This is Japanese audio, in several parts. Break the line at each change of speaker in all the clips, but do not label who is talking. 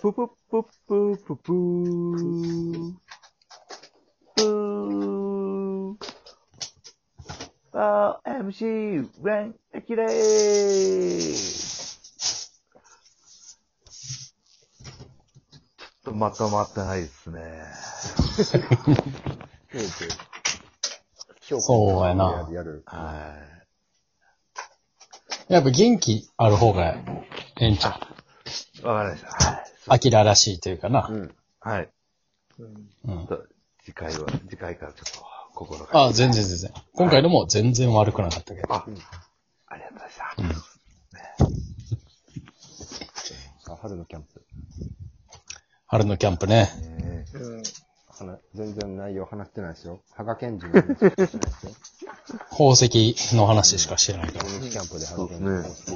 ぷぷぷぷぷぷー。ぷー。OMC、レン、エキレーちょっとまとまってないですね。
そうやな
リアル。
は
やっぱ元気ある方がええんちゃう。
い。わかりました。はい
アキラらしいというかな
う。ん。
はい。
うん。
ちょっと次回は、次回からちょっと心が。
あ、全然全然。今回のも全然悪くなかったけど。
あ、ありがとうございました。
あ春のキャンプ。
春のキャンプね。
ねえ
話全然内容話してないですよ。羽賀健二の話しかしてないですよ。
宝石の話しかしてないから。
キャンプで
そう
羽
で
賀
す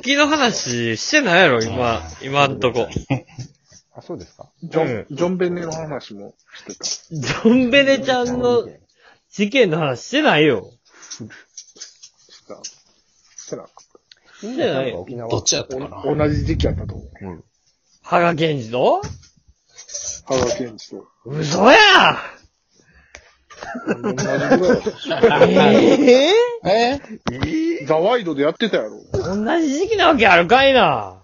健二の
ね
話。してない
宝石の話してないやろ、今、今んとこ。
あ、そうですか
ジョン、ジョンベネの話もして
ジョンベネちゃんの事件の話してないよ。
た。してなかっ
してないよ。
沖縄
どっちやったか
た
な
お同じ時期やったと思う。
羽賀健二の
羽賀健二と。
嘘や
同じぐらいだったでしょ
ええ
え
ザワイドでやってたやろ。
同じ時期なわけあるかいな。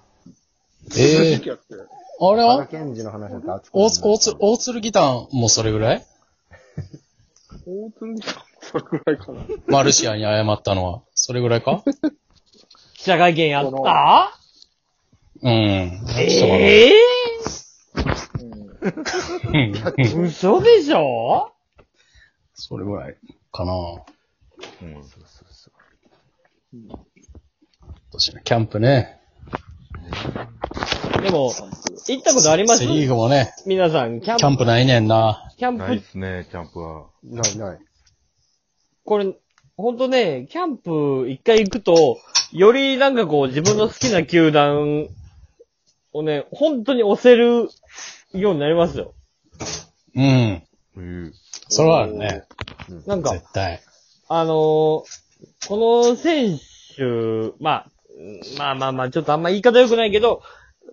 ー、え
時
ー
期やって。
あれ
羽賀
は
健二の話だったら熱くな
大
る
つ、大つ、大つるギターもそれぐらい
大鶴さんもそれぐらいかな。
マルシアに謝ったのは。それぐらいか
記者会見やった
うん。
え
う
え
んうん
嘘でしょ
それぐらいかな。
うん。
年のキャンプね。
でも、行ったことあります
セリーグもね、
皆さん、キャ
キャ
ン
ン
プ、
プないねんな。
キャン
ないっ
プ、
すね、キャンプは。
ないない。
これ、ほんとね、キャンプ一回行くと、よりなんかこう自分の好きな球団をね、本当に押せるようになりますよ。
うん。
うん。
それはあるね。
なんか、
絶対。
あのーこの選手、まあ、うんまあまあまあ、ちょっとあんま言い方良くないけど、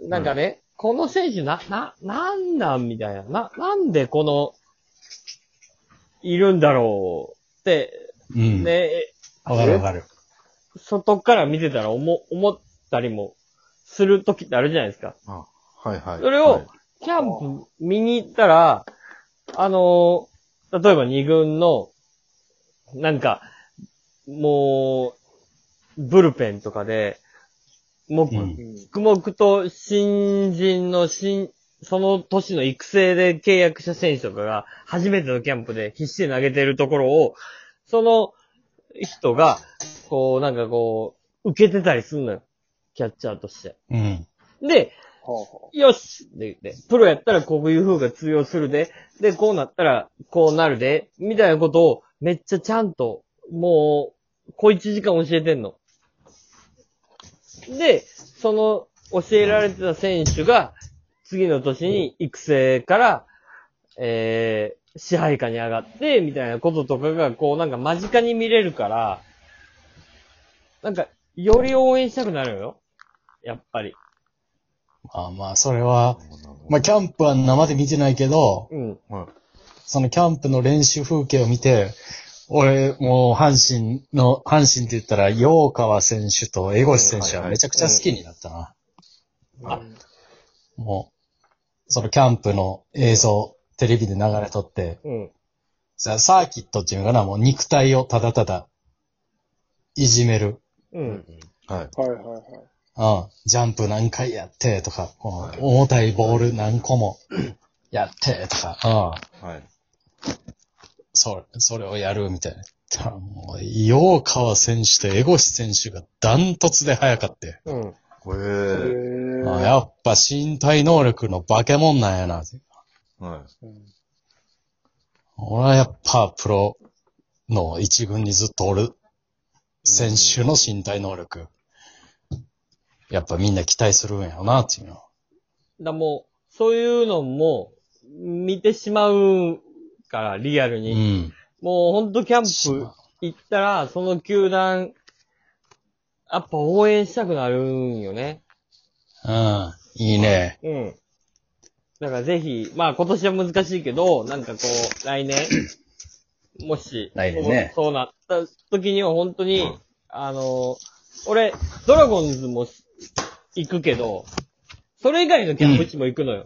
なんかね、この選手な、な、なんなんみたいな。な、なんでこの、いるんだろうって、
うん。
ね、
わかるわかる。
外から見てたら思、思ったりもする時ってあるじゃないですか。
あ、はいはい。
それ
は
を
い、
キャンプ見に行ったら、あのー例えば二軍の、なんか、もう、ブルペンとかで、も、
うん。
黙々と新人の新、その年の育成で契約した選手とかが、初めてのキャンプで必死で投げてるところを、その人が、こう、なんかこう、受けてたりすんのよ。キャッチャーとして。
うん。
で、
はあは
よしって言って、プロやったらこういう風が通用するで、で、こうなったらこうなるで、みたいなことをめっちゃちゃんと、もう、小一時間教えてんの。で、その教えられてた選手が、次の年に育成から、えー、支配下に上がって、みたいなこととかが、こうなんか間近に見れるから、なんか、より応援したくなるよ。やっぱり。
まあまあ、それは、
そうなの
まあ、キャンプは生で見てないけど、
うん。
はい
そのキャンプの練習風景を見て、俺、もう、阪神の、阪神って言ったら、洋川選手と江越選手はめちゃくちゃ好きになったな。
あ。
もう、そのキャンプの映像、テレビで流れとって、
うん。
さサーキットっていうのかな、もう肉体をただただ、いじめる。
うん。
はい。
はいはいはい。
うん。ジャンプ何回やって、とか、この重たいボール何個も、やって、とか、うん。
はい。
それ、それをやるみたいな。たもう、洋川選手と江越選手がダントツで速かって。
うん。
これ、
へ
はい。
え
あやっぱ身体能力の化け物なんやな。俺はやっぱプロの一軍にずっとおる選手の身体能力。やっぱみんな期待するんやろな、っていうのは。
だもう、そういうのも、見てしまうから、リアル
う
に。
ん。
もうほんとキャンプ行ったら、その球団、やっぱ応援したくなるんよね。
うん。いいね。
うん。だからぜひ、まあ今年は難しいけど、なんかこう、来年、もし、
来年ね
そうそうなった時には本当に、あの、俺、ドラゴンズもし行くけど、それ以外のキャンプ地も行くのよ。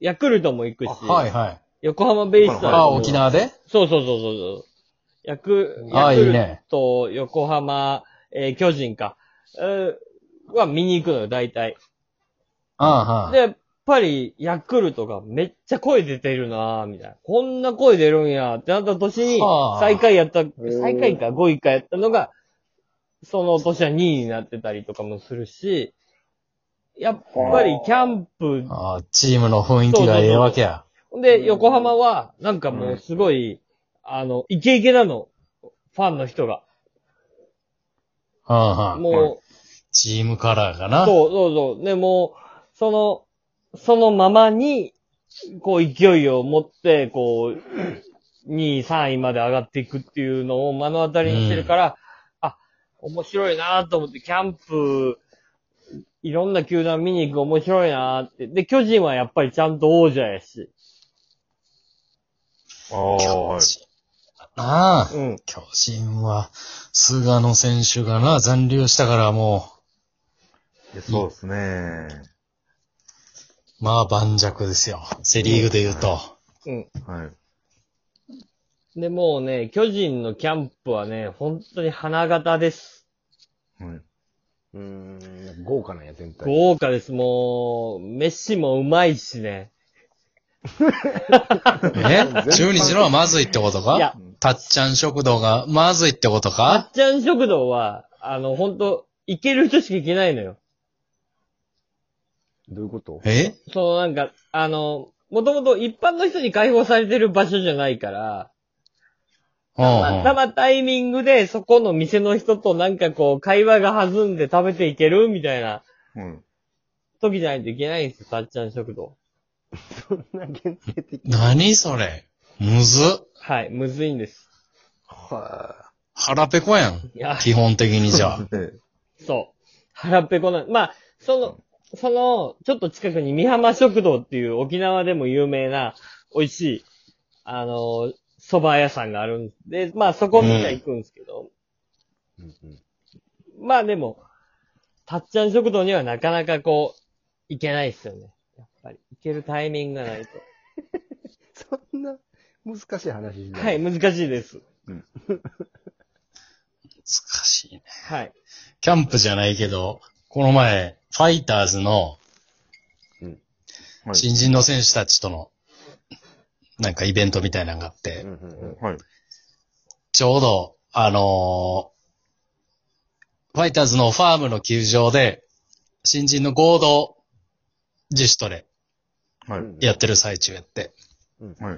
ヤクルトも行くし、
はいはい。
横浜ベイスターズも
あ、沖縄で
そうそうそうそうそう。ヤク、
あ
ヤ
あ
ク
いい
ル
ね
ト、横浜、えー巨人か。えーは見に行くのよ、大体。
ああ、
で、
はい。
やっぱり、ヤクルトがめっちゃ声出てるなぁ、みたいな。こんな声出るんや、ってなった年に
は、あ
最下位やった、最下位か5位かやったのが、その年は2位になってたりとかもするし、やっぱりキャンプ
ああ、チームの雰囲気がええわけや。
で、横浜は、なんかもうすごい、あの、イケイケなの。ファンの人が。
うんうん。
も
チームカラーか
う、
な。
そうそうそう。で、もう、その、そのままに、こう勢いを持って、こう、2位、3位まで上がっていくっていうのを目の当たりにしてるから、あ、面白いなと思って、キャンプ、いろんな球団見に行く面白いなって。で、巨人はやっぱりちゃんと王者やし。
ああ、はい。
ああ、
うん。
巨人は、菅野選手がな、残留したからも
いやそうですね。
う、まあ盤石ですよ。セリーグで言うと。
うん。
はい。
で、もうね、巨人のキャンプはね、本当に花形です。
はい。うーん、豪華なんや、全体。
豪華です。もう、飯もうまいしね。
え ?12 時のはまずいってこと
いや
かたっちゃん食堂がまずいってこと
あっ
か
ちゃん食堂は、あの、本当行ける人しか行けないのよ。
どういうこと
え
そのなんか、あの、もともと一般の人に開放されてる場所じゃないから、
うんうん。
まあたまタイミングでそこの店の人となんかこう、会話が弾んで食べていけるみたいな
うん。
時じゃないといけないんですよ、たっちゃん食堂。
そんな限定的
何それむずっ。
はい、むずいんです。
はい
腹ペコやん。
いや、
基本的にじ ゃあ。
で
そう。腹ペコな。まあ、その、その、ちょっと近くに美浜食堂っていう沖縄でも有名な美味しい、あの、蕎麦屋さんがあるんで、まあそこみんな行くんですけど、
うんうん
まあでも、たっちゃん食堂にはなかなかこう、行けないですよね。やっぱり、行けるタイミングがないと。
そんな難しい話じゃ
は、
ないい。
難しいです。
難しいね。
はい。
キャンプじゃないけど、この前、ファイターズの
はい
新人の選手たちとの、なんかイベントみたいなのがあっ
う
て
ん、うんうん
はい。
ちょうど、あのーファイターズのファームの球場で、新人の合同自主トレ
はい。
やってる最中やって、
は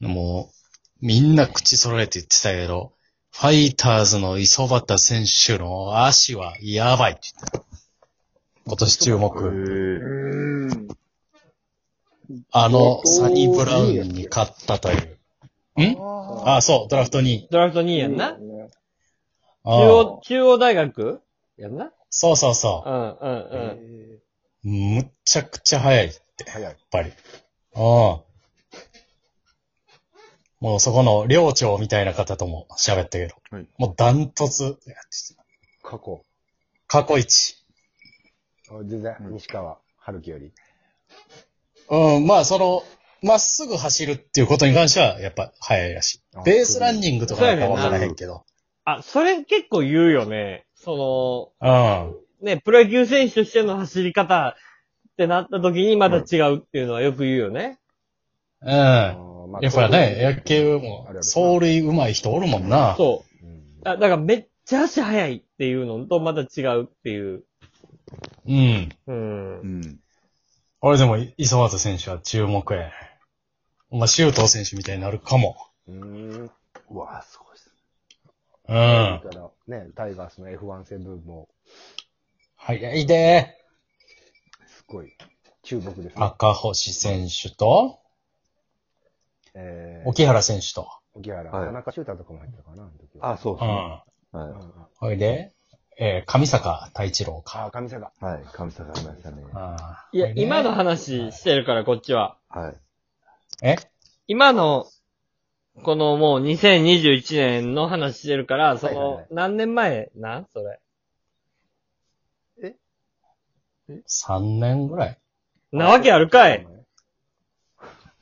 い。
もう、みんな口揃えて言ってたけど、ファイターズの磯端選手の足はやばいって言ってた。今年注目。
え
うん。
あの、サニー・ブラウンに勝ったという。んああ、そう、ドラフトに。
ドラフト2位やんな。中
ああ
央、中央大学やんな
そうそうそ
うん、うん、
う。むっちゃくちゃ早い。
早い。
やっぱり。ああ。もうそこの寮長みたいな方とも喋ったけど、
はい
もうダントツ、
過去。
過去一。
あ全然、
うん
西川、春樹より。
うん、まあその、まっすぐ走るっていうことに関しては、やっぱ早いらしい
あ。
ベースランニングとかなんかわからへんけど。
あ、それ結構言うよね。その、
うん。
ね、プロ野球選手としての走り方ってなった時にまた違うっていうのはよく言うよね。
うん。
あ
や
ーまあ
っぱね、野球も、走。塁上手い人おるもんな。
そ
うん
う。だだからめっちゃ足速いっていうのとまた違うっていう。
うん。
うん。
うん。
俺でも、磯畑選手は注目やね。まあ、周東選手みたいになるかも。
うーん。うわぁ、すごいっすね。
う。
うんから、ね、タイガースの F1 戦部も、
早いで
すごい、注目ですね。
赤星選手と、
えー、
沖原選手と。
沖原、
はい
田中修太とかも入ったかな、あの時は。
あ、そう
うん。
はい。
ほいで、えー上坂太一郎か。
ああ、神坂。
はい、神様がいましたね。
あー
いや、
これね
今の話してるから、こっちは。
はい。
え
今の、このもう2021年の話してるから、そ
はいはいは
の
い、
何年前なんそれ。
3年ぐらい
なわけあるかい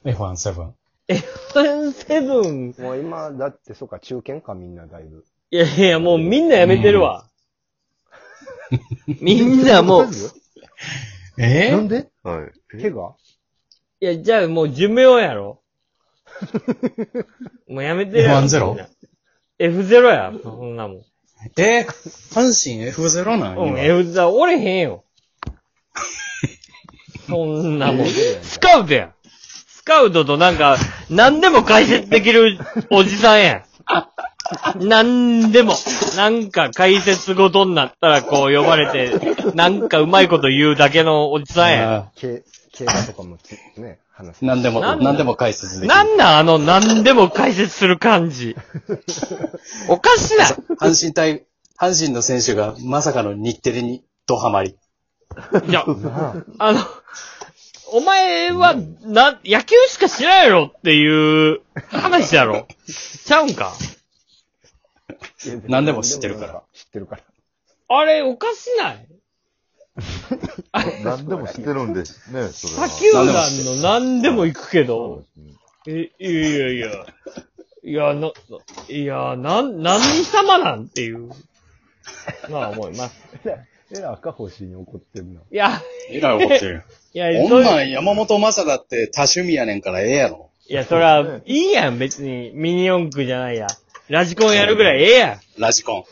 ?F17。
?1007!
もう今、だって、そうか、中堅か、みんなだいぶ。
いやいや、もうみんなやめてるわ。みんなもう、
え
なんで
はい。
怪我
いや、じゃあもう寿命や ろ。もうやめてるやろ。
F10
みんな F0 や、そんなもん。
えー阪神 F0 なん
うん、
今
F0 折れへん よ。そんなもん。
え
スカウトやん。スカウトとなんか、何でも解説できるおじさんやん。何でも、なんか解説ごとになったらこう呼ばれて、なんかうまいこと言うだけのおじさんや
あ
け怪我とかもつ、ね、話
ー何でも、
なん
何でも解説
ん。
できる。
なんなんあの何でも解説する感じ。 おかしない。
阪神対、阪神の選手がまさかの日テレにドハマり。
いや、
なあ
あの、お前は、な、野球しか知らんやろっていう話やろ。ちゃうんか
何でも知ってるから。
知ってるから。
あれ、おかしない
何でも知ってるんですね、それは。
他球団の何でも行くけど、え、いやいやいや、いや、な、いや、なん、何様なんていう、まあ思います。
えら、赤星に怒ってるな。
いや、
えらい怒ってる。
いや、
こ
そ
ん
ういう
なん山本正だって多趣味やねんからええやろ。
いや、そら、いいやん、別に、ミニ四駆じゃないや。ラジコンやるぐらいええやん。
ラジコン。